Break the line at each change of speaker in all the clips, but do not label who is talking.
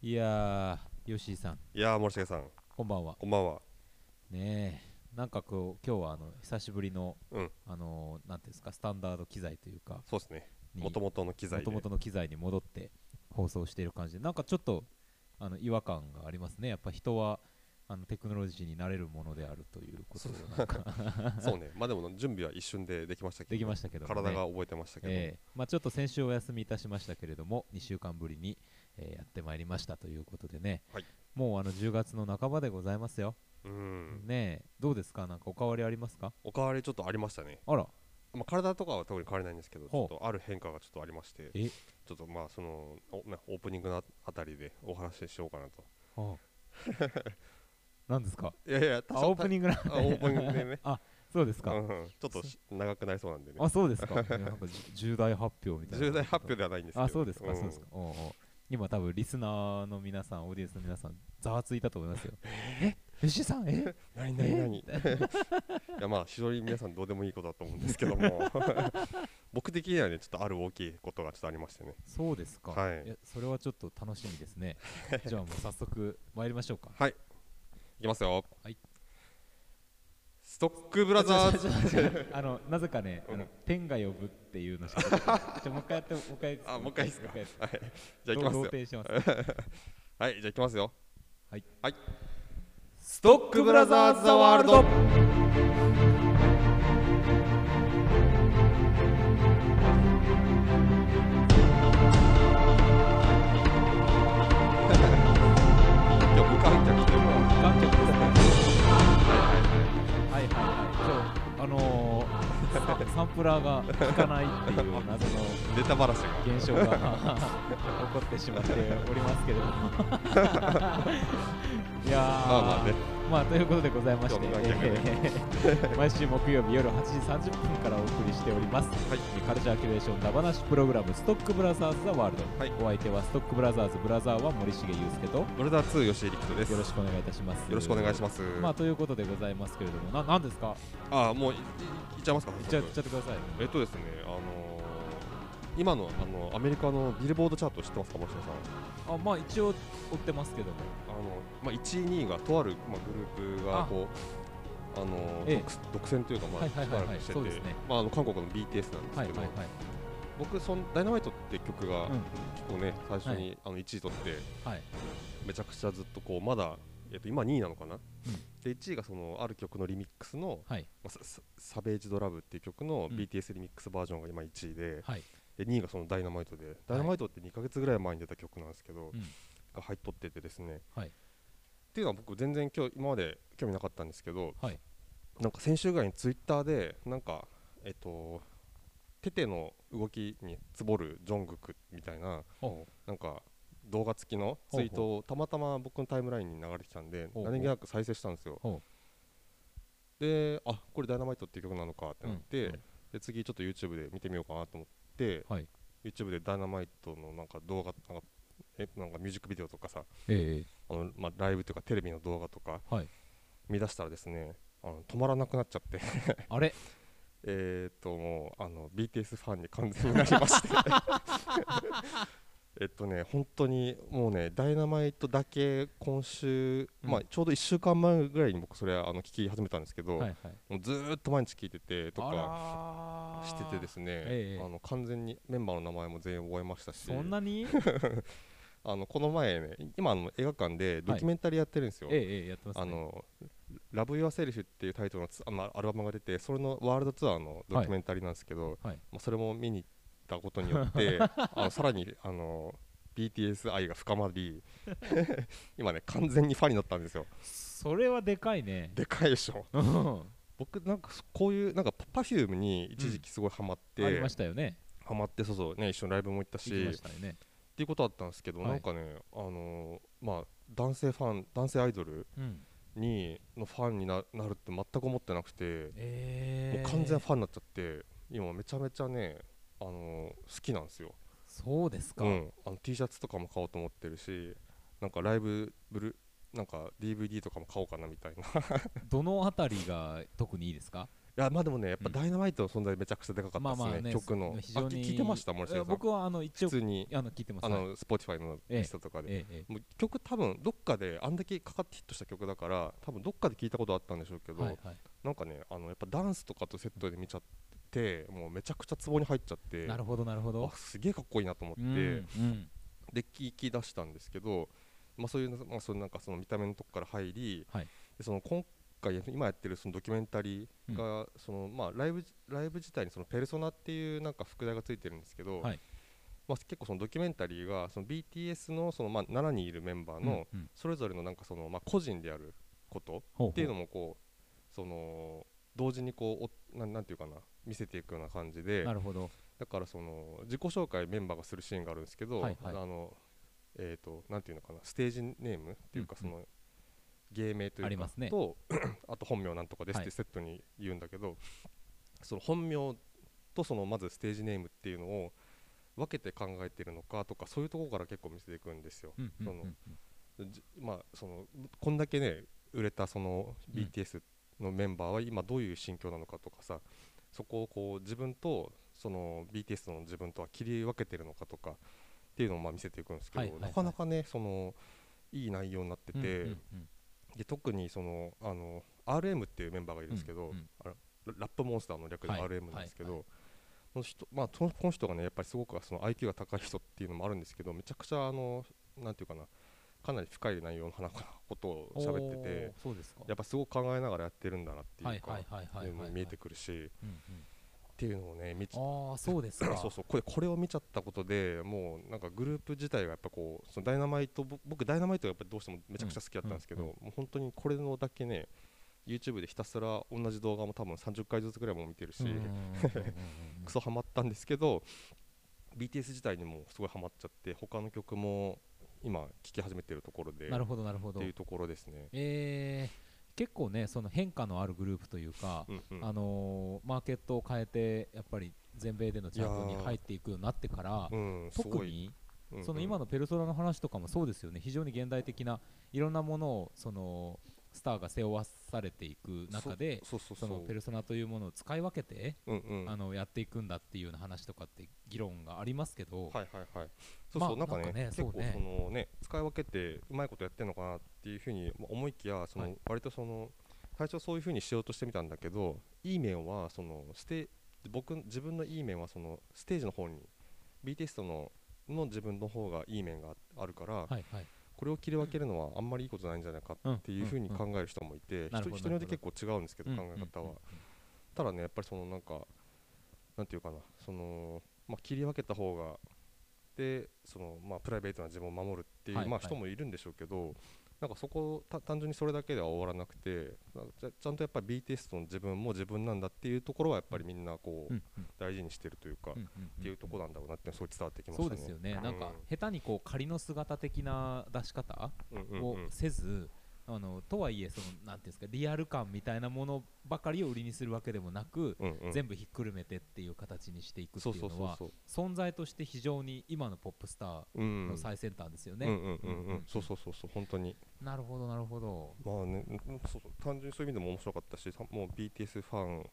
いやー、吉井さん、
いやー森重さん
こんばんは。
こんばんは
ねえ、なんかこう、今日はあの久しぶりの、
うん
あのーなんていうんですか、スタンダード機材というか、
そうですね
に
もともとの機材で
元々の機材に戻って放送している感じで、なんかちょっとあの違和感がありますね。やっぱ人はあのテクノロジーに慣れるものであるということを なんか
そうねまあでも準備は一瞬でできましたけど
できましたけどもね
体が覚えてましたけど、
ええまあ、ちょっと先週お休みいたしましたけれども2週間ぶりに、えーやってまいりましたということでね、
はい
もうあの10月の半ばでございますよ、
うん
ねえどうですかなんかお変わりありますか
おかわりちょっとありましたね、
あら
まあ、体とかは特に変わりないんですけどちょ
ほう
っとある変化がちょっとありまして
え
ちょっとまあそのお、ね、オープニングのあたりでお話ししようかなと
あ 何ですか
いやいや
あオープニン グな
ングオープニングでね
あ そうです
う
か、
んうんちょっとし長くなりそうなんでね
あそう ですかいやなんかじ重大発表みたいな
重大発表ではないんですけど
あそうですか、
ん
そうですかおうおう今多分リスナーの皆さんオーディエンスの皆さんざわついたと思い ますよえ吉井さんえ
何何何いやまあ非常に皆さんどうでもいいことだと思うんですけども僕的にはねちょっとある大きいことがちょっとありましてね
そうですか、
はい
やそれはちょっと楽しみです ねじゃあもう早速参りましょうか
はいいきますよ
はい
ストックブラザーズ
あのなぜかね、あ
う
の
ん
天が呼ぶっていうのしか出てこないじゃあもう一回やってもう一回
あもう一回いいですか
もう一
はいじゃあいきます
同
よ
定してます
はいじゃあいきますよ
はい、
はい
ストッ
クブラザーズザワールド今日無観客でもは
観客ですね
いは
はいはいはいちょあのー、ササンプラーが効かないっていう謎の
いはいネタばらしが
現象が起こってしまっておりますけれどもいやー
ま あまあね
まあということでございまして、
今日の観客
えー毎週木曜日夜8時30分からお送りしております
はい
カルチャーキュレーションダバナシプログラムストックブラザーズ・ザ・ワールド、
はい
お相手はストックブラザーズ・ブラザーは森重裕介とよ
ブルダー2吉井力人です
ろしくお願いいたします
よろしくお願いします
まあということでございますけれどもななんですか
あもういいいっちゃいますか
いっちゃいっちゃってください
えっとですね、あのー今のあのアメリカのビルボードチャート知ってますか、もしかさ
あまあ一応追ってますけども
ん。あのまあ、1位、2位がとある、まあ、グループが
あ
こうあの
ええ
ー独独占というか、ま
は
あ、
い
し
はい
ば
はい
ら
はい
くして
そうです
て
ね、
まああの韓国の BTS なんです
はい
け
はい
ど
はい、
僕、そのダイナマイトって曲が、
うん
結構ね、最初
は
にあの1位取って、
はい
めちゃくちゃずっとこうまだ、えっと、今2位なのかな、
ん
で1位がそのある曲のリミックスの、
はい
まあ、サササベージドラブっていう曲の
うん
BTS リミックスバージョンが今1位で。
はい
で2位がそのダイナマイトで、ダイナマイトって2ヶ月ぐらい前に出た曲なんですけど、
うん
が入っとっててですね。
はい
っていうのは僕全然今日今まで興味なかったんですけど、
はい
なんか先週ぐらいにツイッターでなんかえっとテテの動きにつぼるジョングクみたいな
ほ
なんか動画付きのツイートをたまたま僕のタイムラインに流れてきたんで
ほうほう
何気なく再生したんですよ
ほ
であこれダイナマイトっていう曲なのかってなって、
うんうん
で次ちょっと YouTube で見てみようかなと思って、
はい
YouTube でダイナマイトのなんか動画なんかえなんかミュージックビデオとかさ
え
あの、まあ、ライブというかテレビの動画とか
えはい
見出したらですねあの止まらなくなっちゃって
あれ
えーっともうあの BTS ファンに完全になりまして えっとね本当にもうねダイナマイトだけ今週、
うん
まあ、ちょうど1週間前ぐらいに僕それあの聞き始めたんですけ
は
ど、
いはい
もうずーっと毎日聞いててとか
か
しててですね
ええ
あの完全にメンバーの名前も全員覚えましたし
そんなに
あのこの前ね今あの映画館でドキュメンタリーやってるんですよ、
ええええやってますね
あの「ラブ・ユア・セルフ」っていうタイトルのつあまあアルバムが出てそれのワールドツアーのドキュメンタリーなんですけど、
はい
まあ、それも見に行ったことによって あのさらにあの BTS 愛が深まり 今ね完全にファンになったんですよ
それはでかいね
でかいでしょ
うん
僕なんかこういうなんか Perfume に一時期すごいハマって、
ありましたよね
ハマってそうそうね一緒にライブも行ったし
行きましたよね
っていうことだったんですけど、
はい
なんかねあのーまあ男性ファン男性アイドル
うん
にのファンにななるって全く思ってなくて、
ええ
もう完全ファンになっちゃって今めちゃめちゃねあのー好きなんですよ、
そうですか、
うん、あの T シャツとかも買おうと思ってるしなんかライブブルなんか DVD とかも買おうかなみたいな
どのあたりが特にいいですか
やまあでもねやっぱ
うん
ダイナマイトの存在めちゃくちゃでかかったですね,、
まあまあね
曲の
非常に
あ聞いてました森下
え
さん
僕はあの一
普
応
通に
あの聞いてます
あ
はい
の Spotify のリストとかで、
えええ
もう曲多分どっかであんだけかかってヒットした曲だから多分どっかで聞いたことあったんでしょうけ
え
ど、
はいはい
なんかねあのやっぱダンスとかとセットで見ちゃってもうめちゃくちゃツボに入っちゃって
なるほどなるほど
あすげえかっこいいなと思って、
うんうん
で聞き出したんですけど、まあ、そういうの、まあ、そのなんかその見た目のとこから入り、
はい
でその今回今やってるそのドキュメンタリーが、そのまあ、ライブライブ自体にそのペルソナっていうなんか副題がついてるんですけど、
はい
まあ、結構そのドキュメンタリーがその BTS のそのまあ7人いるメンバーの
うんうん
それぞれのなんかそのまあ個人であること
ほほ
っていうのもこうその同時にこうおなんなんていうかな見せていくような感じで
なるほど
だからその自己紹介メンバーがするシーンがあるんですけど、
はいはい
あのえっ、となんていうのかなステージネームっていうか
う
そ
んうん
の、芸名とい
あ
う
り
か
ますね
とあと本名なんとかですっ
は
て
い
セットに言うんだけど、その本名とそのまずステージネームっていうのを分けて考えてるのかとかそういうところから結構見せていくんですよ。
うんうんう
その
んうん
じまあそのこんだけね売れたその
うん
BTS のメンバーは今どういう心境なのかとかさそこをこう自分とその BTS の自分とは切り分けてるのかとかっていうのをまあ見せていくんですけど、
はいはいはい
なかなかねそのいい内容になってて、
うんうん
で特にそのあの RM っていうメンバーがいるんですけ
う
ど、
んうん
あらララップモンスターの略で
はい
RM なんですけど、
はい
その人まあ、そのこの人がねやっぱりすごくその IQ が高い人っていうのもあるんですけどめちゃくちゃあのなんていうかなかなり深い内容の話ことを喋って
お
て
ーそうですか
やっぱすごく考えながらやってるんだなって
はいいう
か
はいはい
っ
は
て
い
いうの
は
も
い
見えてくるし
うん
っていうのをね見ち
うんああそうですか
そうそうこれこれを見ちゃったことでもうなんかグループ自体がやっぱこうそのダイナマイトぼ僕ダイナマイトがやっぱどうしてもめちゃくちゃ好きだったんですけど、
うんう
もう本当にこれのだけね YouTube でひたすら同じ動画も多分30回ずつぐらいも見てるし、
うんうんうんうんうん
クソハマったんですけど BTS 自体にもすごいハマっちゃって他の曲も今聴き始めてるところで
な
っ
るほどなるほど
ていうところですね。
えー結構ねその変化のあるグループというか
うんうん
あのーマーケットを変えてやっぱり全米でのチャートに入っていくようになってから
うん、すご
特
い
に
うんうん
その今のペルソナの話とかもそうですよね非常に現代的ないろんなものをそのスターが背負わされていく中で
そうそう
そ
そ
うのペルソナというものを使い分けて
うんうん
あのやっていくんだっていうような話とかって議論がありますけど
はいはいはいそう
まあ
そう、なんかね
なんかね
結構
そうね
そのね使い分けてうまいことやってるのかなっていうふうにまあ思いきやその、
はい
割とその最初そういうふうにしようとしてみたんだけどいい面はそのステ僕自分のいい面はそのステージの方に BTS とのの自分の方がいい面があるから、
はいはい
これを切り分けるのはあんまりいいことないんじゃないか
うん
っていうふうに考える人もいて、
なるほ
人
ど
人によって
なる
結構違うんですけど、
うん
考え方は、ただねやっぱりそのなんかなんていうかなその、まあ、切り分けた方がでその、まあ、プライベートな自分を守るっていう、
はい
まあ、
はい
人もいるんでしょうけど、なんかそこた単純にそれだけでは終わらなくてなんかちゃちゃんとやっぱり BTS の自分も自分なんだっていうところはやっぱりみんなこう、
うんうんうん
大事にしてるというか、
うん
っ
んんん
ていうところなんだろうなってすごい伝わってきました
そ
ね。
うですよね、
うん
なんか下手にこう仮の姿的な出し方
うんうんうん
をせず、あのとはいえそのなんていうんですかリアル感みたいなものばかりを売りにするわけでもなく、
うんうん
全部ひっくるめてっていう形にしていくって
そう
いう
そう
の
そう
は
そう
存在として非常に今のポップスタ
う
ー
ん
の最先端ですよ
う
ね、
んうんうんうん、そうそうそうそう本当に
なるほどなるほど
まあねうんそうそう単純にそういう意味でも面白かったしたもう BTS ファン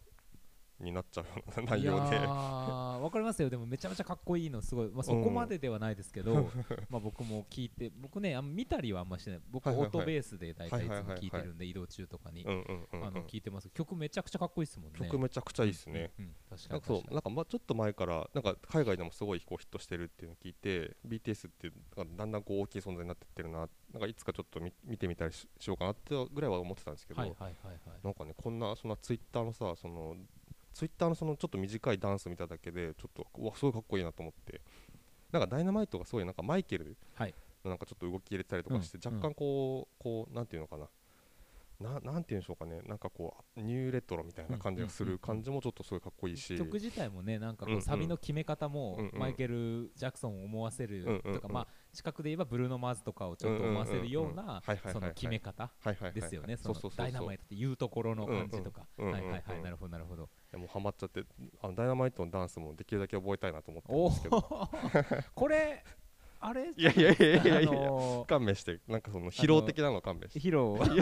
になっちゃうようない内
や
容で
ーわかりますよでもめちゃめちゃかっこいいのすごい、まあ、そこまでではないですけど、 まあ僕も聞いて僕ねあんま見たりはあんましてない僕オ
はいはいは
ー
い
トベースで大体いつも
はいはいはいはい
聞いてるんで移動中とかに
うんうんうんうん
あの聞いてます曲めちゃくちゃかっこいいですもんね
曲めちゃくちゃいいですね、
うんうん確か
なん
に
かそう
確か
なんかまあちょっと前からなんか海外でもすごいこうヒットしてるっていうのを聞いて BTS ってなんかだんだんこう大きい存在になってってるななんかいつかちょっと見見てみたりししようかなってぐらいは思ってたんですけ
に
ど、
はいはいはいはい
なんかねこんなそんなツイッターのさそのツイッターのそのちょっと短いダンス見ただけでちょっとうわすごいかっこいいなと思ってなんかダイナマイトがすごいなんかマイケル
はい
のなんかちょっと動き入れてたりとかして、
うん
若干こうこうなんていうのかなななんていうんでしょうかねなんかこうニューレトロみたいな感じがす
うんうんうんう
る
ん
感じもちょっとすごいかっこいいし、
曲自体もねなんか
うん
こ
うん
うサビの決め方も
うんうん
マイケル・ジャクソンを思わせ
うんうん
る
うん
とかまあ近くで言えばブルーノ・マーズとかをちょっと思わせるよう
うんうんうんうん
な
は
い
はいはいはい
その決め方
はいはいはいは
で
い
すよねそ
そう
の
そうそう
ダイナマイトっていうところの感じとか
うんう
は
ん
い
うん
は
うん
いは
うん
いなるほどなるほど
いやもうハマっちゃってあのダイナマイトのダンスもできるだけ覚えたいなと思ってる
お
んですけど
お これあれ
いやいやいやいやいや
あのー
勘弁してなんかその疲労的なの勘弁して
ヒロは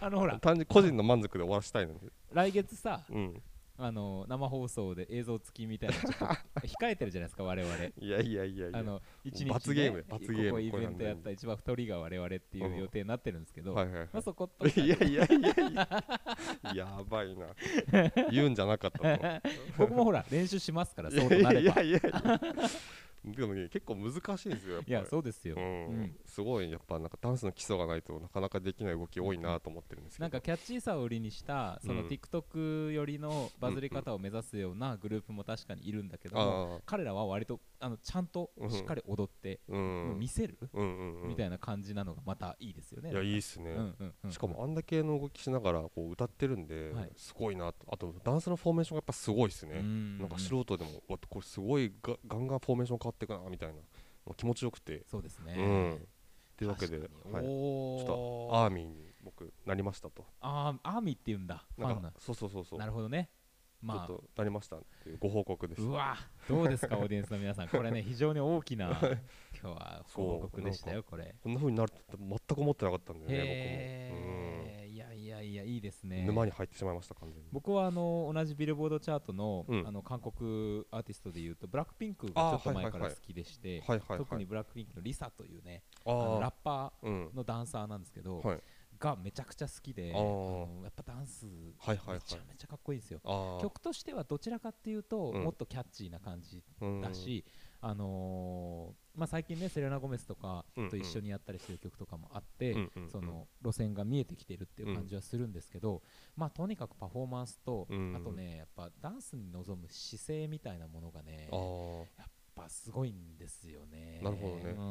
あのほら
単純に個人の満足で終わらせたいのに
来月さ
うん
あの生放送で映像付きみたいなのちょっと控えてるじゃないです か我々
いやいやいやいや
あの一日、ね、
罰ゲーム罰ゲーム
ここイベント
これな
やっ
んだ
た一番太りが我々っていう予定になってるんですけど、
はいはいはい
まあ、そこと
いやいやいやいややばいな言うんじゃなかったと
僕もほら練習しますからそうと
い
な
や
れ
い
ば
や
い
いやいやでもね結構難しいんですよやっぱり
やそうですよ、
うん
うん
すごいやっぱなんかダンスの基礎がないとなかなかできない動き多いなと思ってるんですけど
なんかキャッチーさを売りにしたその
うん
TikTok 寄りのバズり方を目指すようなグループも確かにいるんだけども
ああ
彼らは割とあのちゃんとしっかり踊って、
う
もうん見せる、
うんうんうん
みたいな感じなのがまたいいですよね
いやいいっすね、
うんうんうん
しかもあんだけの動きしながらこう歌ってるんで、
はい
すごいなとあとダンスのフォーメーションがやっぱすごいっすね、
な
なんか素人でもうわこれすごいがガンガンフォーメーション変わっていくなみたいなもう気持ちよくて、
そうですね、
うんというわけで、
確かに
はい、
おー
ちょっとアーミーに僕なりましたと
あーアーミーって言うんだフ
な
ァ
ん
ンな
かそうそうそうそう
なるほどねま
ちょ
あ
っとなりましたっていうご報告です
うわどうですかオーディエンスの皆さんこれね非常に大きな今日は
そう
報告でしたよこれ
こんな風になるって全く思ってなかったんだよね僕も、
へえいやいやいやいいです
うん
ね
沼に入ってしまいました完全に
僕はあの同じビルボードチャートの,、
うん
あの韓国アーティストでいうとブラックピンクがちょっと
あーはいは
前
いは
か
い
ら好きでして、
はいはいはい
特にブラックピンクのリサというね
あ
あの
ー
ラッパ
うん
ーのダンサーなんですけど、
はい
がめちゃくちゃ好きで
あ
あ
ー
のやっぱダンスめ
はいはいはい
ちゃめちゃかっこいいんですよ
あー
曲としてはどちらかっていうと、
うん
もっとキャッチーな感じ
うん
だし、あのーまあ、最近ねセレナ・ゴメスとかと一緒にやったりしてる曲とかもあって、
うんうんうん
その路線が見えてきてるっていう感じはするんですけど、まあ、とにかくパフォーマンスと、
うん
あとねやっぱダンスに臨む姿勢みたいなものがね
あ
やっ
ー
ぱすごいんですよね。
なるほどね
う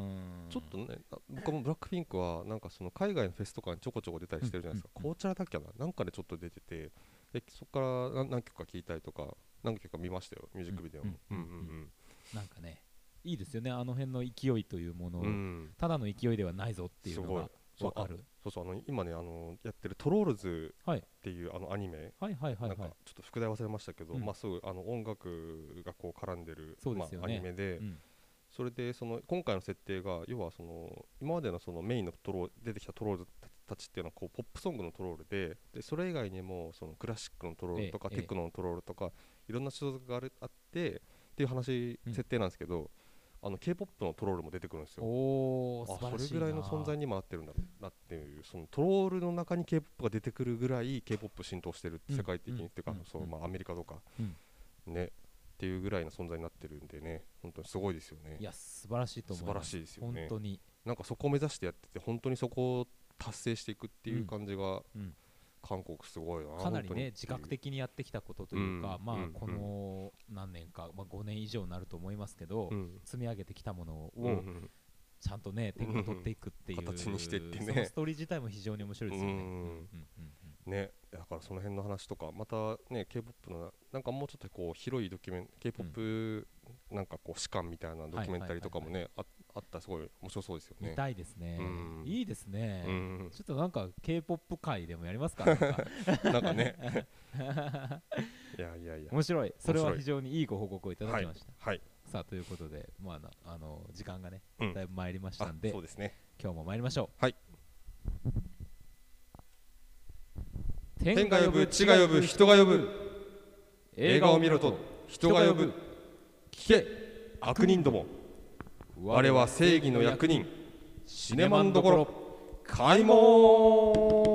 ん
ちょっとね、あ僕もブラックピンクはなんかその海外のフェスとかにちょこちょこ出たりしてるじゃないですか、
うんうんうん
紅茶だっけな、なんかでちょっと出てて、でそこから何何曲か聴いたりとか、何曲か見ましたよ、ミュージックビデオも。
う
うんん
う
うん
うん
ん
なんかねいいですよねあの辺の勢いというもの
う
を、
んうん
ただの勢いではないぞっていうのが
す
わ
ごいそうあ
かる。
そうそう、あの今ね、あのやってるトロールズ
はい
っていうあのアニメ、
はいはいはい
な
は
ん
い
か。ちょっと副題忘れましたけど、
うん
まあすぐあの音楽がこう絡んでる
そうで
ます
よ
あア
ね
ニメで、
うん
それでその今回の設定が要はその今までのそのメインのトロー出てきたトロールたちっていうのはこうポップソングのトロールででそれ以外にもそのクラシックのトロールとか
ええ
テクノのトロールとかいろんな所属があるあってっていう話
うん
設定なんですけど、あの K-POP のトロールも出てくるんですよ。
おお
あ
素晴
そ
らしい
れ
な
ぐらいの存在に今なってるんだろうなっていうそのトロールの中に K-POP が出てくるぐらい K-POP 浸透してるって世界的
うん
にっていうか
うん
そうまあアメリカとか
うん
ねっていうぐらいの存在になってるんでね本当にすごいですよね
い。や素晴らしいと思います
素晴らしいですよね
本当に
なんかそこを目指してやってて本当にそこを達成していくっていう感じが、
うん
韓国すごいな
かなり
本当に
ね自覚的にやってきたことというか、
うん
まあ
うん
この何年か、まあ、5年以上になると思いますけど、
うん
積み上げてきたものを
うんうん
ちゃんとね手に取っていくっていう、
うん形にしてってね
そのストーリー自体も非常に面白いですよね。
うん
うんうん
ねだからその辺の話とかまたね K-POP のなんかもうちょっとこう広いドキュメン K-POP なんかこう史観みたいなドキュメンタリーとかもねああったらすごい面白そうですよ
うん
ね
見。たいですね、
うん
いいですね、
うん
ちょっとなんか k p o p 界でもやりますかなんか
なんかねいやいやいや
面白いそれは
面白い
非常にいいご報告をいただ
は
き
い
ました、
はい
さあということで、まあな、あの時間がね
うん
だいぶ参りました
あ
んで、
そうですね
今日も参りましょう
はい
天
天
が
が
呼
呼
ぶ
ぶ
地
地
が
が
呼
呼
ぶ
ぶ人が呼ぶ
映
映
画
画
を
を
見
見
ろ
ろ
と
と
人
人
が
が
呼
呼
ぶ
ぶ聞け悪人ども我は正義の役人シネマンどころ開門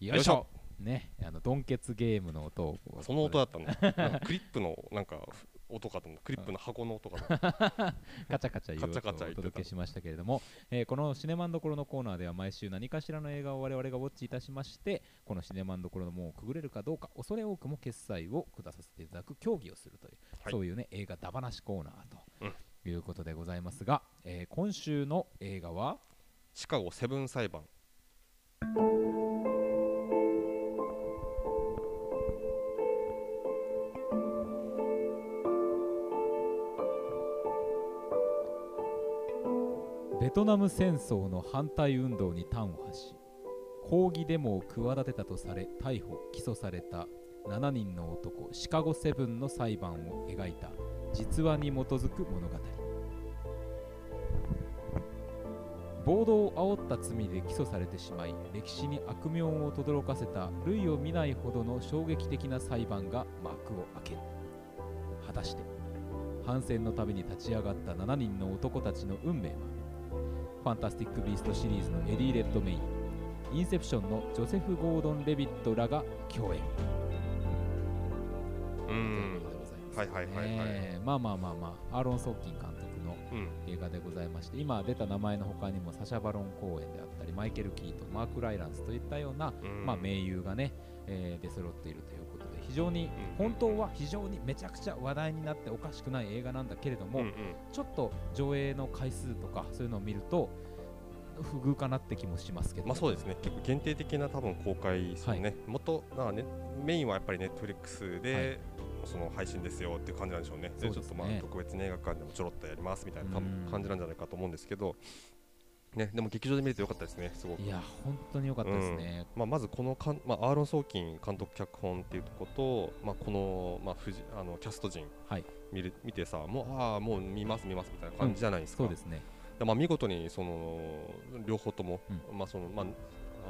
よいしょねあのドンケツゲームの音を
その音だったんだなんかクリップのなんか音かと思ったクリップの箱の音かと思った
カチャカチャ言うと
カチャカ
お
チャ言ってた
届けしましたけれども、えーこのシネマンどころのコーナーでは毎週何かしらの映画を我々がウォッチいたしましてこのシネマンどころの門をくぐれるかどうか恐れ多くも決済を下させていただく協議をするという、
はい
そういうね映画だばなしコーナー
うん
ということでございますが、えー今週の映画は
シカゴセブン裁判
ベトナム戦争の反対運動に端を発し抗議デモを企てたとされ逮捕起訴された7人の男シカゴセブンの裁判を描いた実話に基づく物語暴動を煽った罪で起訴されてしまい歴史に悪名を轟かせた類を見ないほどの衝撃的な裁判が幕を開ける果たして反戦のために立ち上がった7人の男たちの運命はファンタスティック・ビーストシリーズのエディ・レッドメインインセプションのジョセフ・ゴードン・レビットらが共演
う
というんことでございます、
はいはいはいはい、
えーまあまあまあまあアーロン・ソッキン監督の
うん
映画でございまして今出た名前の他にもサシャ・バロン公演であったりマイケル・キートンマーク・ライランスといったような、
うん
まあ、名優がね、えー出揃っているということで非常に本当は非常にめちゃくちゃ話題になっておかしくない映画なんだけれども、
うんうん
ちょっと上映の回数とかそういうのを見ると不遇かなって気もしますけど、
まあそうですね結構限定的な多分公開ですよね、もっとなんかねメインはやっぱりネットフリックスで、その配信ですよっていう感じなんでしょうね
そう
ち
ですね
ょっとまあ特別に映画館でもちょろっとやりますみたいな多分
うん
感じなんじゃないかと思うんですけどねでも劇場で見れてよかったですねすごく
いや本当に良かったですね、
まあ、まずこのかん、まあ、アーロン・ソーキン監督脚本っていうとこと、まあ、この,、まあ、藤あのキャスト陣
はい
見る見てさもうああもう見ます見ますみたいな感じじゃないですか、
そうですね
でまあ、見事にその両方とも、まあそのまあ、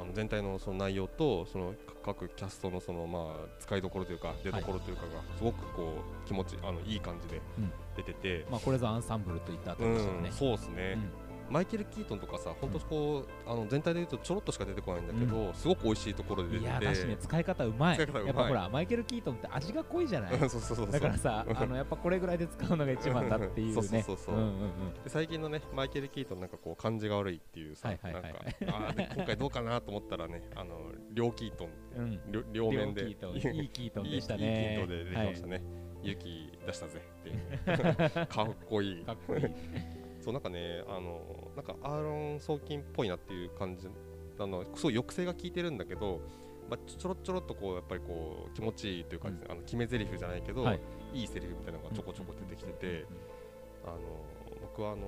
あの全体のその内容とその各キャストのその、まあ、使いどころというか出どころというかがすごくこう気持ちあのいい感じで
うん
出てて、
まあこれぞアンサンブルといったあた
う
り
ん
でしたね、
そうですね、マイケル・キートンとかさ本当こう、あの全体で言うとちょろっとしか出てこないんだけど、すごく美味しいところ
うん
で出
い
て
や
て
だしね使い方うまい
使い方うまい
やっぱほらマイケル・キートンって味が濃いじゃない
そうそうそうそう
だからさあのやっぱこれぐらいで使うのが一番だっていうね
そうそうそうそうん
んん
で最近のねマイケル・キートンなんかこう感じが悪いっていうさ、
はいはいはい
なんかあーで今回どうかなと思ったらねあの両キートン
うん
両両
両キ
面で
ートンいいキートンでした
いいい
ね
いキートンで出てましたね、勇気出したぜっ ていうかっこいい
はい、かっこいい
そうなんかねあのなんかアーロン・ソーキンっぽいなっていう感じあのすごい抑制が効いてるんだけど、まあ、ちょちょろっちょろっとこうやっぱりこう気持ちいいというか、
うん
あの決め台詞じゃないけど、
はい
い、いセリフみたいなのがちょこちょこ出てきてて、あの僕はあの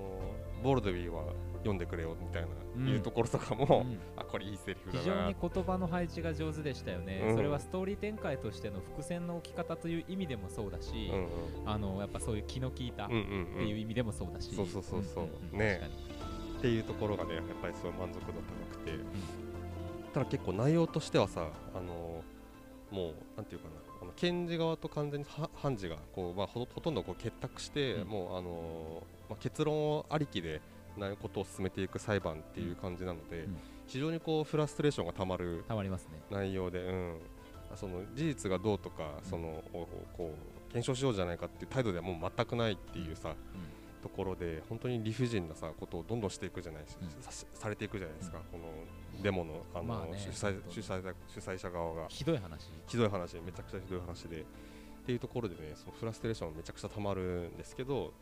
ボルドウィーは読んでくれよみたいな、
うん
いうところとか
うんう
も、
ん
あこれいいセリフ
非
だ
常
な
に言葉の配置が上手でしたよね、
うん
それはストーリー展開としての伏線の置き方という意味でもそうだし、
うんうん
あのやっぱそういう気の利いたっ
うん
て
うんうん
いう意味でもそうだし、
そうそうそうそうん
んん
ね
確かに
っていうところがねやっぱりすごい満足度高くて、ただ結構内容としてはさあのもうなんていうかなあの検事側と完全には判事がこう、まあ、ほほとんどこう結託して、
うん
もうあの、まあ、結論ありきでなことを進めていく裁判っていう感じなので、
うん
非常にこうフラストレーションがたまる
たまりますね
内容で、うん、あその事実がどうとか
うん
そのをこう検証しようじゃないかっていう態度ではもう全くないっていうさ、ところで本当に理不尽なさことをどんどんしていくじゃないし、
うん
さされていくじゃないですか、このデモのあの、
まあね
主催
本当に
主催者主催者側が
ひどい話
ひどい話めちゃくちゃひどい話でっていうところでねそのフラストレーションめちゃくちゃたまるんですけど、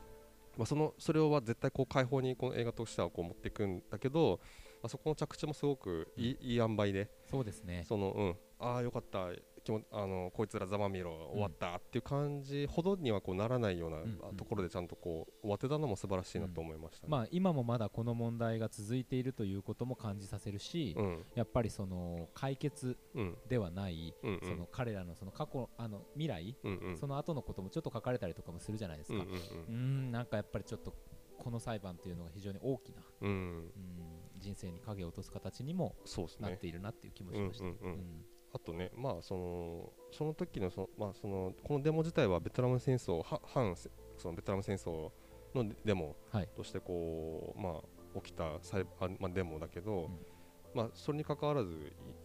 まあ、そのそれをは絶対こう解放にこの映画としてはこう持っていくんだけど、まあ、そこの着地もすごくいいいい塩梅で
そうですね
そのうん、ああよかった気もあのこいつらざまみろ終わったっていう感じほどにはこうならないような
うんうん
ところでちゃんとこう終わってたのも素晴らしいなと思いましたね、
まあ今もまだこの問題が続いているということも感じさせるし、
うん
やっぱりその解決
うん
ではない、
うん
その彼らのその過去あの未来、
うんうん
その後のこともちょっと書かれたりとかもするじゃないです
うん
か、
う
うー
ん
んなんかやっぱりちょっとこの裁判というのが非常に大きな
うんうん
うん人生に影を落とす形にも
そうです
なっ
ね
ているなっていう気もしました。
うんうんうん
うん
あとねまあそのその時のそのまあそのこのデモ自体はベトナム戦争は反せそのベトナム戦争のデモ
はい
としてこう、まあ起きた裁あまあデモだけど、
うん
まあそれに関わらずい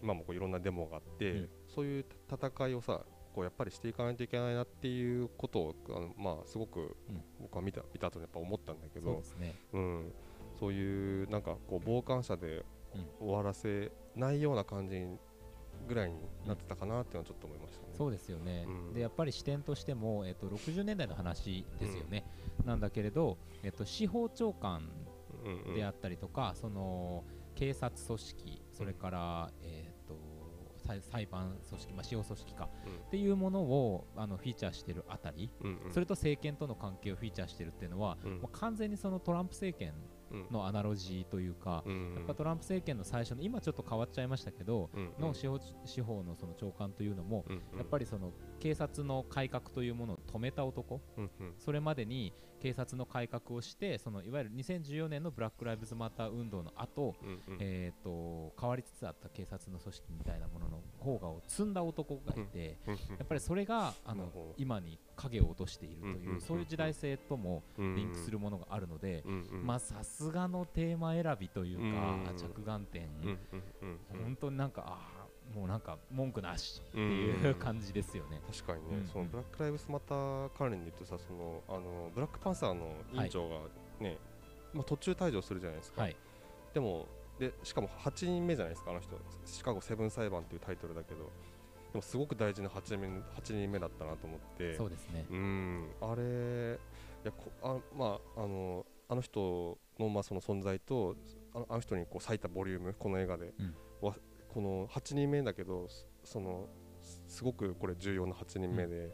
今もこういろんなデモがあって、
うん
そういう戦いをさこうやっぱりしていかないといけないなっていうことをあのまあすごく
うん
僕は見た見た後にやっぱ思ったんだけ
そう
ど
で、すね。
うん、そういうなんかこう傍観者で
うん
終わらせないような感じぐらいになってたかなっていうのはちょっと思いましたね。
そうですよね、
うん
でやっぱり視点としても、えっと60年代の話ですよね、なんだけれど、えっと司法長官
うんうん
であったりとか、その警察組織それから、えっと裁裁判組織、まあ、司法組織か、
うん
っていうものをあのフィーチャーしてるあたり、
うんうん
それと政権との関係をフィーチャーしてるっていうのは、
うん
もう完全にそのトランプ政権
うん
のアナロジーというか、
うん
やっぱトランプ政権の最初の今ちょっと変わっちゃいましたけど、
うん
の司法司法のその長官というのも、
うんうん
やっぱりその警察の改革というものを止めた男
うんうん
それまでに警察の改革をしてそのいわゆる2014年のブラック・ライブズ・マター運動の後、
うんうん
えー、と変わりつつあった警察の組織みたいなものの方がを積んだ男がいて、
うん
やっぱりそれがあ
な
の
るほど
今に影を落としていると
うんうん
い
うんう
うんそういう時代性とも
うん
リンクするものがあるので、
うんうん
まあさすがのテーマ選びというか
うん
着眼点、
うんうんうんうん
本当になんかあーもうなんか文句なしって
うんうん
いううん感じですよね。
確かに
うん
ね
うん
そのブラック・ライブスマター関連で言うとさそのあのブラックパンサーの委員長がねまあ途中退場するじゃないですか
はい、
でもでしかも8人目じゃないですかあの人シカゴセブン裁判っていうタイトルだけどでもすごく大事な8人目 ,8 人目だったなと思って
そうですね。
うんあれいやこあまああのあの人のまあその存在とあのあの人にこう割いたボリュームこの映画で、
うん
わこの8人目だけどすそのすすごくこれ重要な8人目で、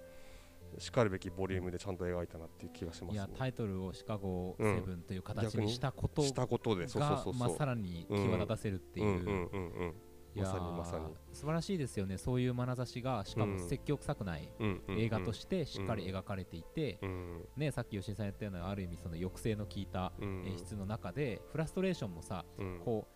しかるべきボリュームでちゃんと描いたなっていう気がしま
い
す
や
ね。
タイトルをシカゴセブンという形
逆
に
に
したこと
したことでそうそう
が
そう
まあ
そう
さらに際立たせるっていうう。
んうんうんうん
いやー
まさにまさに
素晴らしいですよねそういう眼差しがしかも
うん
説教臭くない
うんうんうん
映画としてしっかり描かれていて、
うん
ね、さっき吉井さんやったようなある意味その抑制の効いた
うん
演出の中でフラストレーションもさ
うん
こう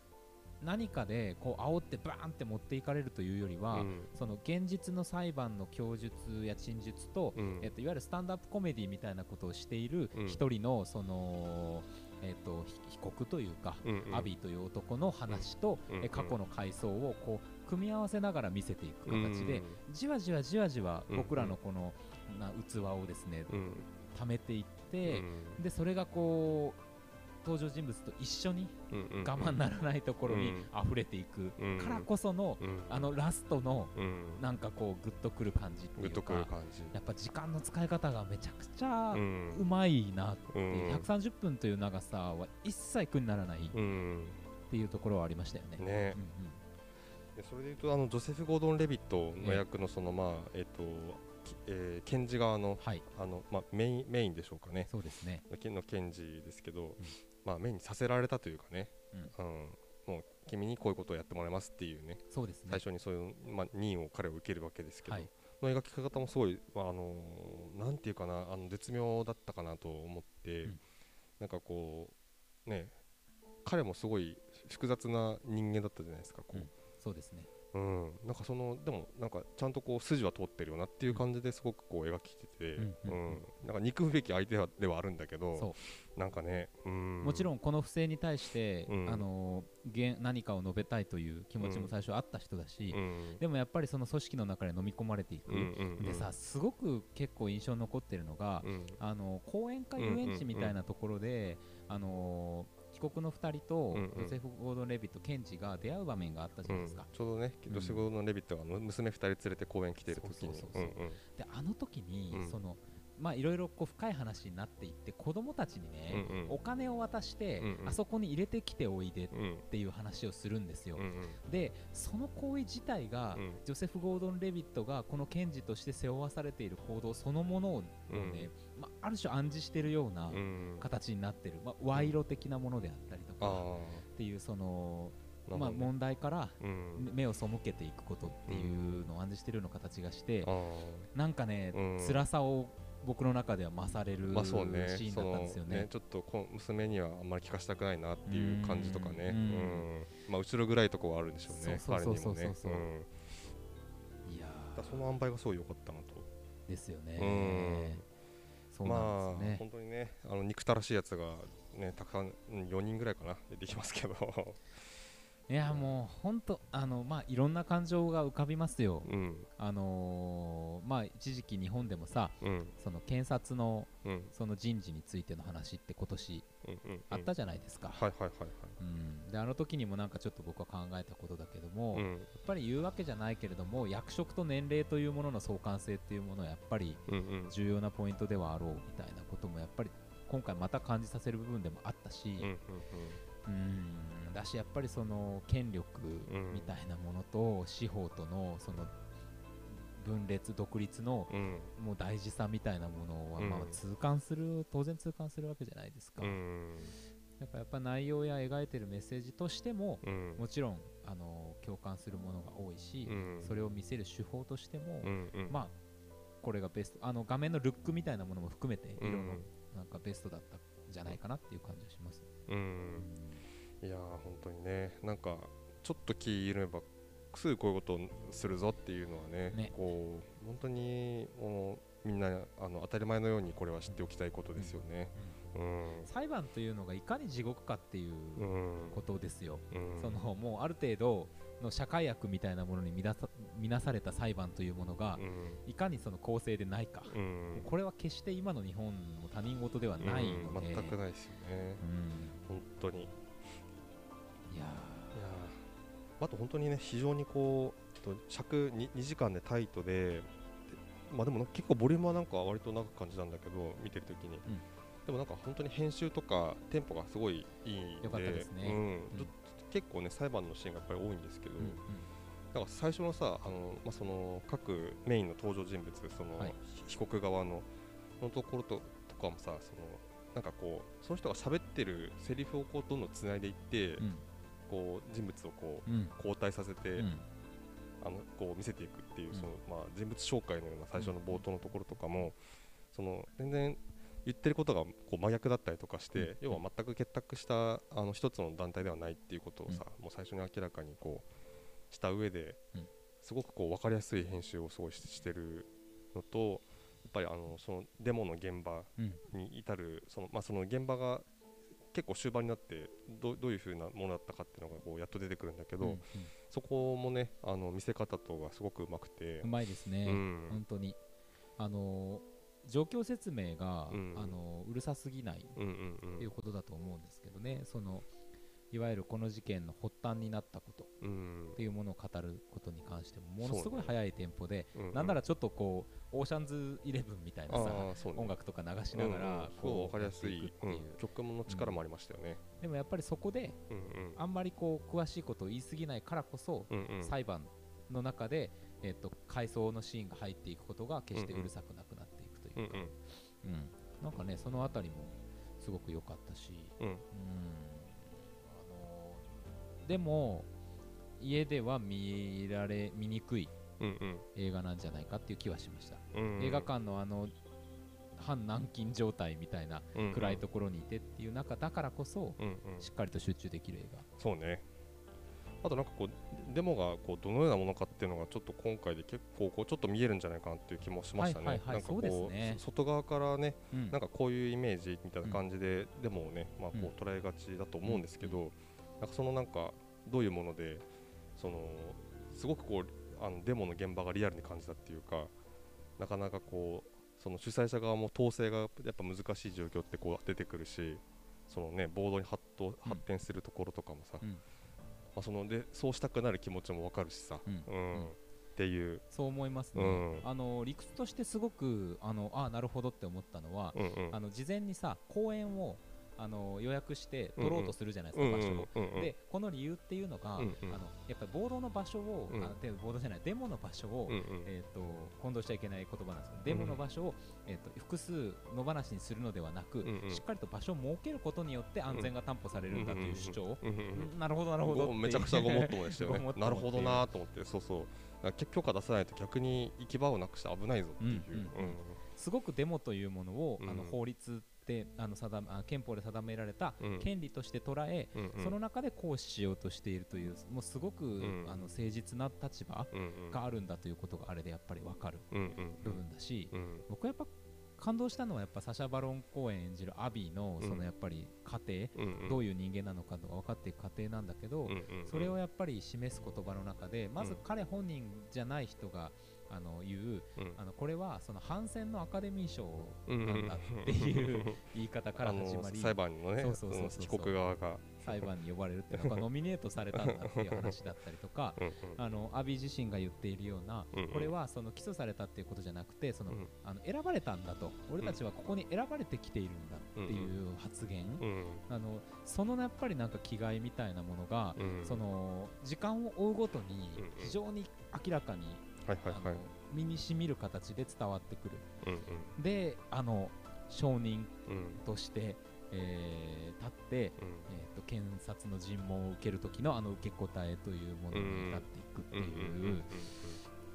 何かでこう煽ってバーンって持っていかれるというよりは、
うん
その現実の裁判の供述や陳述と,、
うん
えっといわゆるスタンダップコメディみたいなことをしている
うん
一人のその、えっとひ被告というか、
うんうん
アビーという男の話と、
うんうん
え過去の回想をこう組み合わせながら見せていく形で、じわじわじわじわ
うん
僕らのこの、な器をですね
うんうん
貯めていっ
う
て、
ん
でそれがこう登場人物と一緒に
うんうん
我慢ならないところに
うん
溢れていく
うん
からこその、
うん
あのラストの
うん
なんかこうグッとくる感じって
グ
い
ッと
う
くる
か
感じ
やっぱ時間の使い方がめちゃくちゃ
うん
うまいなって、
うん
130分という長さは一切苦にならないっ
うん
ていうところはありましたよね。
ね
うんうん
でそれでいうとあのジョセフ・ゴードン・レビットの役のそのまあえっときえー検事側の
はい
あのまあメインメインでしょうかね
そうですね。
のの検事ですけどまあメインにさせられたというかねうんもう君にこういうことをやってもらいますっていうね
そうですね
最。初にそういうまあ任意を彼を受けるわけですけど
はい
の描き方もすごい、まああのなんていうかなあの絶妙だったかなと思って、
うん
なんかこうね彼もすごい複雑な人間だったじゃないですかこ
そうですね。
う、うんなんかそのでもなんかちゃんとこう筋は通ってるよなっていう感じですごくこう描きてて、
うんうんうん
なんか憎むべき相手はではあるんだけど
そ
なんかね、うん、
もちろんこの不正に対して、
うん
あのげん何かを述べたいという気持ちも最初あった人だし、
うん、
でもやっぱりその組織の中で飲み込まれていく。
うんうんうん
でさすごく結構印象に残ってるのが、
うん
あの公園か遊園地みたいなところで、あの被告の2人と
うんうん
ジョセフ・ゴードン・レビット検事が出会う場面があったじゃないですか、
うんちょうどね、女子語のレビットが娘2人連れて公園来てる時に
そうそうそうそう
うんうん
であの時に、
うん
そのまあいろいろこう深い話になっていって子供たちにね、
うんうん
お金を渡して、
うんうん
あそこに入れてきておいでっ
うん
ていう話をするんですよ、
うんうん
でその行為自体が、
うん
ジョセフ・ゴードン・レビットがこの検事として背負わされている行動そのものをね、まあ、ある種暗示しているような
うん
形になっている、まあ、賄賂的なものであったりと
あ
かっていうその、ま
ー
あ、
なるほどね
問題から
うん
目を背けていくことっていうのを暗示しているような形がして、
あ
なんかね、
うん
辛さを僕の中では勝れる
ーまあそうね
シーン
そ
だっ
の
たんですよ
ね
ね。
ちょっとこ娘にはあんまり聞かせたくないなっていう感じとかね
う
うんんまあ後ろぐらいとこはあるんでしょうね
そう
彼
そう
に
そ
も
うそう
ね
そう
うん
いや
だからそ
ー
の塩梅がすごい良かったなと
ですよね、
うん
そう
ま
なんです
あ
ね、
本当にねあの憎たらしいやつがねたくさん4人ぐらいかな出てきますけど
いやもう本当あのまあいろんな感情が浮かびますよ
うん
あのーまあ一時期日本でもさ
うん
その検察の
うんうん
その人事についての話って今年
うんうん
あったじゃないですか、
はいはいはい
うん、であの時にもなんかちょっと僕は考えたことだけども、
はい
やっ
ん
ぱり言うわけじゃないけれども役職と年齢というものの相関性っていうものはやっぱり
うんうん
重要なポイントではあろうみたいなこともやっぱり今回また感じさせる部分でもあったし、
うんうん
うんだしやっぱりその権力
うん
みたいなものと司法とのその分裂独立の
うんうん
もう大事さみたいなものは
うん
まあ痛感する、当然痛感するわけじゃないですか、
うん
だからやっぱ内容や描いてるメッセージとしても
うん
もちろんあの共感するものが多いし、
うん
それを見せる手法としても、
うんうん
まあこれがベストあの画面のルックみたいなものも含めて
う
色の
ん
なんかベストだったんじゃないかなっていう感じがします、
うんいやー本当にねなんかちょっと気緩めばすぐこういうことをするぞっていうのはね
ね
こう本当にもうみんなあの当たり前のようにこれは知っておきたいことですよね。うん
裁判というのがいかに地獄かっていう
うん
ことですよ、
うん
そのもうある程度の社会悪みたいなものに見なさ見なされた裁判というものが
う、ん
いかにその公正でないか、
うん
これは決して今の日本の他人事ではない
うん
ので、
全くないですよね
うん
本当にい
い
や
や
ーあと本当にね非常にこうちょっと尺 2, 時間でタイトででまあでもなんか結構ボリュームはなんか割と長く感じたんだけど見てるときに、
ん
でもなんか本当に編集とかテンポがすごいいいんで
よかったですね
うん
うん
ちょ結構ね裁判のシーンがやっぱり多いんですけど、
ー、うんうん
なんか最初のさあの、まあ、その各メインの登場人物その、
はい
被告側ののところととかもさそのなんかこうその人が喋ってるセリフをこうどんどんつないでいって、
うん
こう人物をこう
うんうん
交代させて、
うん
あのこう見せていくっていう、
うん
そのまあ、人物紹介のような最初の冒頭のところとかも、その全然言ってることがこう真逆だったりとかして、
うん
要は全く結託したあの一つの団体ではないっていうことをさ、もう最初に明らかにこうした上で、
うん
すごくこう分かりやすい編集をすごいししてるのとやっぱりあのそのデモの現場
うん
に至るその,、まあ、その現場が結構終盤になってどどういうふうなものだったかっていうのがこうやっと出てくるんだけど、
うん
そこもねあの見せ方とがすごくうまくて
う。まいですね、
うん
本当にあのー状況説明が、
うん
あのーうるさすぎない
うんうんうん
ということだと思うんですけどね、そのいわゆるこの事件の発端になったこと
うん
っていうものを語ることに関してもものす
そう
ごい
ね
早いテンポで、
うんうん
なんならちょっとこうオーシャンズイレブンみたいな
あ
さ
ーそうね
音楽とか流しなが
うんうん
ら
すごい
こ
わ
う
かりやす
やって
い
くっていう、
うん曲の力もありましたよね。
でもやっぱりそこで
うんうん
あんまりこう詳しいことを言い過ぎないからこそ、
うんうん
裁判の中で、えっと回想のシーンが入っていくことが決してうるさくなくなっていくと
うん
いうか、
うん
うんなんかねそのあたりもすごく良かったし、
うん
うんあのでも家では見られ見にくい
うん
映画なんじゃないかっていう気はしました、
うん
映画館のあの半軟禁状態みたいな暗いところにいてっていう中だからこそ
うんうん
しっかりと集中できる映画
そうねあとなんかこうデモがこうどのようなものかっていうのがちょっと今回で結構こうちょっと見えるんじゃないかなっていう気もしましたね。
はいはいはい
なんかこ
そうですね
そ外側からね
うん
なんかこういうイメージみたいな感じで、でもね、まあ、
うん
こう捉えがちだと思うんですけど、なんかそのなんかどういうものでそのすごくこうあのデモの現場がリアルに感じたっていうかなかなかこうその主催者側も統制がやっぱ難しい状況ってこう出てくるしそのね暴動に発と
うん
発展するところとかもさ、
うん
まあ、そのでそうしたくなる気持ちもわかるしさ、
うん
うん
うん
っていう、
そう思いますね、
うん
あの理屈としてすごくあのあなるほどって思ったのは、
うんうん、
あの事前にさ公演をあの予約して
う
取
んうん
ろうとするじゃないです
う
か、
んうん
場所を、
うんうん
でこの理由っていうのが、
うんうん
あのやっぱり暴動の場所を、
うん
あで暴動じゃないデモの場所を、
うんうん
えー、と混同しちゃいけない言葉なんですけどデモの場所を、えー、と複数の話にするのではなく、
うんうん
しっかりと場所を設けることによって安全が担保されるんだという主張、
うんうんうんうん
なるほどなるほどって
ご
いう
めちゃくちゃごもっともでしたよ
ご
ね
もっとも
なるほどなーと思ってそうそうだから許可出さないと逆に行き場をなくして危ないぞっていう、
うんうんすごくデモというものを、
うん
あの法律であの定めあ憲法で定められた
うん
権利として捉え、
うんうん
その中で行使しようとしているというもうすごく、
ん
あの誠実な立場
うんうん
があるんだということがあれでやっぱり分かる
うんうん
部分だし、
うん
僕はやっぱ感動したのはやっぱサシャ・バロン公演演じるアビーの
うん
そのやっぱり過程、
うんうん
どういう人間なのかとか分かっていく過程なんだけど、
うんうん
それをやっぱり示す言葉の中でまず彼本人じゃない人があの言う、
うん
あのこれはその反戦のアカデミー賞
うん
なんだっていう言い方から
あ
始
の
まり
裁判のね
そうそうそうそう
うん被告側が
裁判に呼ばれるって いうのがノミネートされたんだっていう話だったりとか
うん
あのアビー自身が言っているような
うんうん
これはその起訴されたっていうことじゃなくてその
うん
あの選ばれたんだと俺たちはここに選ばれてきているんだっていう発言
うんうん
あのそのやっぱりなんか気概みたいなものが
うん
その時間を追うごとに
うんうん
非常に明らかに
はい
あ
はい
の
はい
身にしみる形で伝わってくる
うん
であの証人
うん
としてえー立って、え
うん
ー、と検察の尋問を受ける時のあの受け答えというものに至っていくって
うんうんうんう
い
ん
う、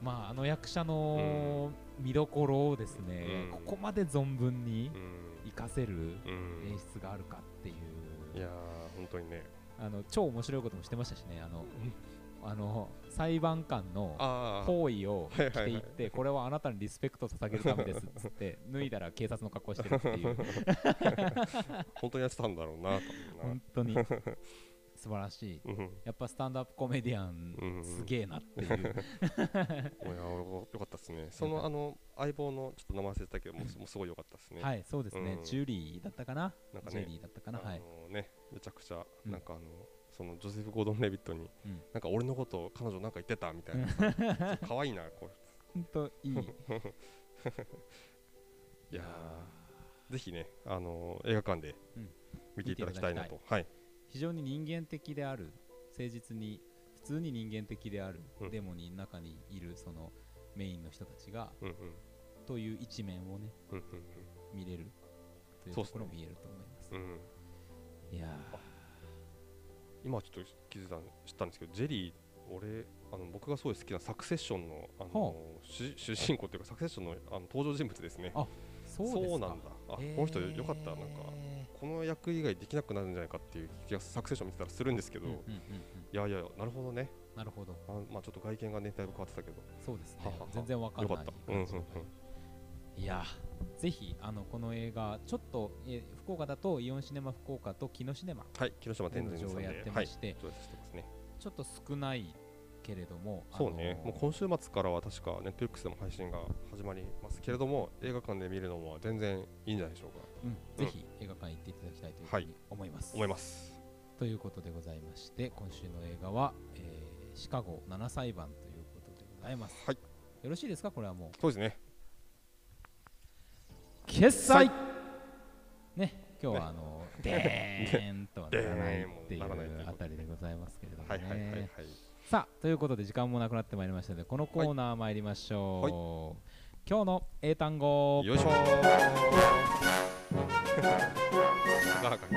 まあ、あの役者の見どころをですね、
うん
ここまで存分に
うん
活かせる
うん
演出があるかっていう、
いやー本当にね
あの超面白いこともしてましたしねあのあの裁判官の
ああ
行為を着て
はい
い
は
っ
い
てこれはあなたにリスペクトを捧げるためですっつって脱いだら警察の格好してるっていう
本当にやってたんだろうなと思
本当に 素晴らしいう
なうん
やっぱスタンドアップコメディアン
うん
すげえなって いう
いやよかったですねそのあの相棒のちょっと名前忘れてたけどもうすもうすごい良かったですね
はいそうですね
うん
ジュリーだったかな
なんか
ジュ
ね
リーだった
あ
かな
の
はい
ねめちゃくちゃ
うん
なんかあのそのジョセフ・ゴードン・レビットに
うん
なんか俺のこと彼女なんか言ってたみたいなさ可愛いな こ
ほんと いい
れいやーぜひねあの映画館で
うん
見ていただきたいなとはい
非常に人間的である誠実に普通に人間的である
うん
デモに中にいるそのメインの人たちが
うんうん
という一面をね
うん
見れるという
そう
と
っすね
ころも言えると思います
うんうん
いやー
今ちょっと気づいたん知ったんですけどジェリー俺あの僕がすごい好きなサクセッションのあの
ほ
主主人公というかサクセッションのあの登場人物ですね
あそうですか
なんだあこの人よかったなんかこの役以外できなくなるんじゃないかっていう気がサクセッション見てたらするんですけど、
うんうん
い
うんうん
やいやなるほどね
なるほど
あまあちょっと外見がねだいぶ変わってたけど
そうです
は
ね
はは
全然わかんな
よか
い
ったうんうん
感
うん
じいやーぜひあのこの映画ちょっと、えー福岡だとイオンシネマ福岡と木野シネマ
はい木下
で
天
の
神さん
上映
で
やって
は
ま
い
して、
上映してますね
ちょっと少ないけれども
そうね、
あのー
もう今週末からは確かネットフリックスでも配信が始まりますけれども映画館で見るのも全然いいんじゃないでしょうか
うん、ぜひ映画館行っていただきたいというふう
はい
に思います。
思います
ということでございまして今週の映画は、えーシカゴ7裁判ということでございます。
はい
よろしいですかこれはもう
そうですね
決
済
済ね今日はあの、 でーんとはならないってい
でーんもならないう
あたりでございますけれどもね。
はいはいはいはい
さあということで時間もなくなってまいりましたのでこのコーナー参りましょう、
はい
今日の英単語
よ いしょーなんか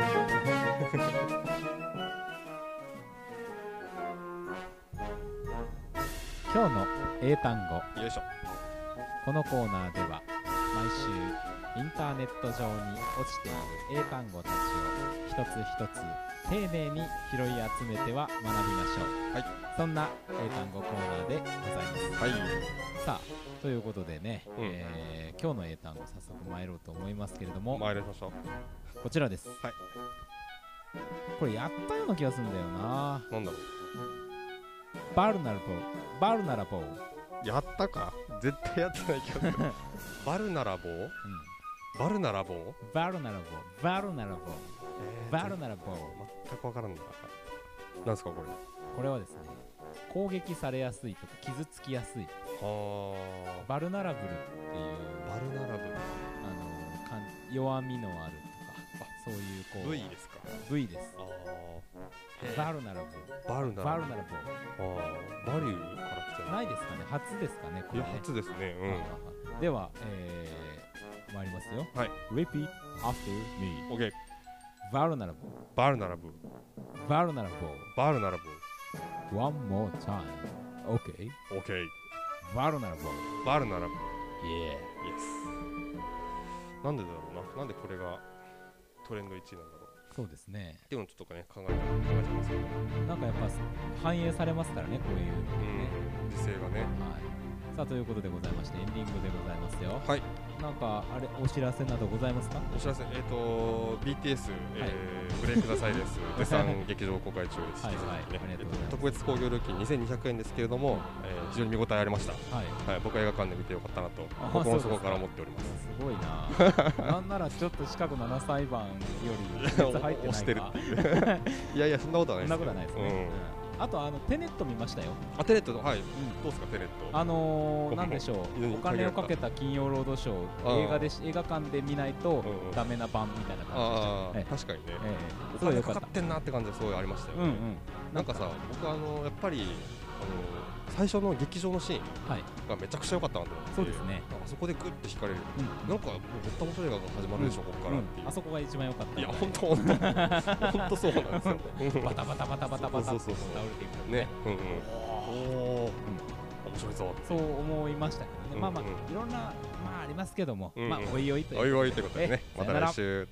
今日の英単語
よいしょ
このコーナーでは毎週インターネット上に落ちている英単語たちを一つ一つ丁寧に拾い集めては学びましょう、
はい
そんな英単語コーナーでございま
はい
すさあということでね、
うん
えー今日の英単語早速参ろうと思いますけれども、
参りましょう
こちらです、
はい
これやったような気がするんだよな
なんだろ
バルナラボバルナラボ、うん、
うやったか絶対やってない気 がするバルナラボバルナラボ
バルナラボバルナラボ
えー
バルナラボ
全くわからんななんですかこれ
これはですね攻撃されやすいとか傷つきやすい
は
バルナラブルっていう
あバルナラ
あのかん弱みのあるとか
あ
そういうこ
ボ
う
V ですか
V です
あ
バルナラブ
ーバル
ル
ナ
バ
ラ
ル
ボ
ナラ
あーバリューから来
ブ
た
ル
の
ないですかね初ですかねこ
い
れ
や
ね
初ですねう
では、えー、参りますよ。
はい。
Repeat after me.
んオッケー
Vulnerable,
バルナラボ
vulnerable.
バルナラ
One more time. Okay.
ボオッケー
Vulnerable.
バルナラ
Yeah.
ボイエスなんでだろうななんでこれがトレンド1位なんだろう
そうですね。
っていうのをちょっとね考えて考えてますけど
なんかやっぱ反映されますからね、こういうの
う
ね。
ん時勢が
は
ね
い。さあということでございましてエンディングでございますよ。
はい
なんかあれお知らせなどございますか？
お知らせ、えっ、と、BTS、
はい
えーブレイクダサイです。 絶賛劇場公開中です。
はい
引き続きね
はいありがとうございます
特別興行料金2200円ですけれども、えー非常に見応えありました。
はい。
はい、僕は映画館で見てよかったなと、
あ
心の
そうです
底
か
から思っております。
すごい な。なんならちょっとシカゴ7裁判より熱入ってないか。
押してるっていう。 いやいや、そんなことは
そ
な
ん
いです
な
け
こと
ど。
はないですね。うんあとあのテネット見ましたよ。
うんあ、テレットの、はい、どうですか、テレット。
あのー、なんでしょ
犬
う、
に
お金をかけた金曜ロードショー、
うん
映画でし映画館で見ないと
うんうん
ダメな版みたいな感じでした
ああ、
ええ
確かにね。
ええ。す
お
ごい
金
よか
か
っ
か
た
っ。てんなって感じがすごいありましたよ
う
ね。
んうん。
なんかさ、僕あのやっぱりあの最初の劇場のシーン
はい
がめちゃくちゃ良かったなと思って
そうですね
あそこでグッて惹かれる、
う
なんかもう絶対面白い映画が始まるでしょ、ここからっていう、
うんあそこが一番良かった
いや本当本当本当そうなんですよ
バタバタバタバタバタ
そう
って
そうそうそう
倒れていく
ねうんうんおおー、面白いぞ
そう思いましたけどね、
うん
まあま
う
あいろんなまあありますけども、
うんうん
まあおいおいという
おいおいということでね
え
また
さよなら
来週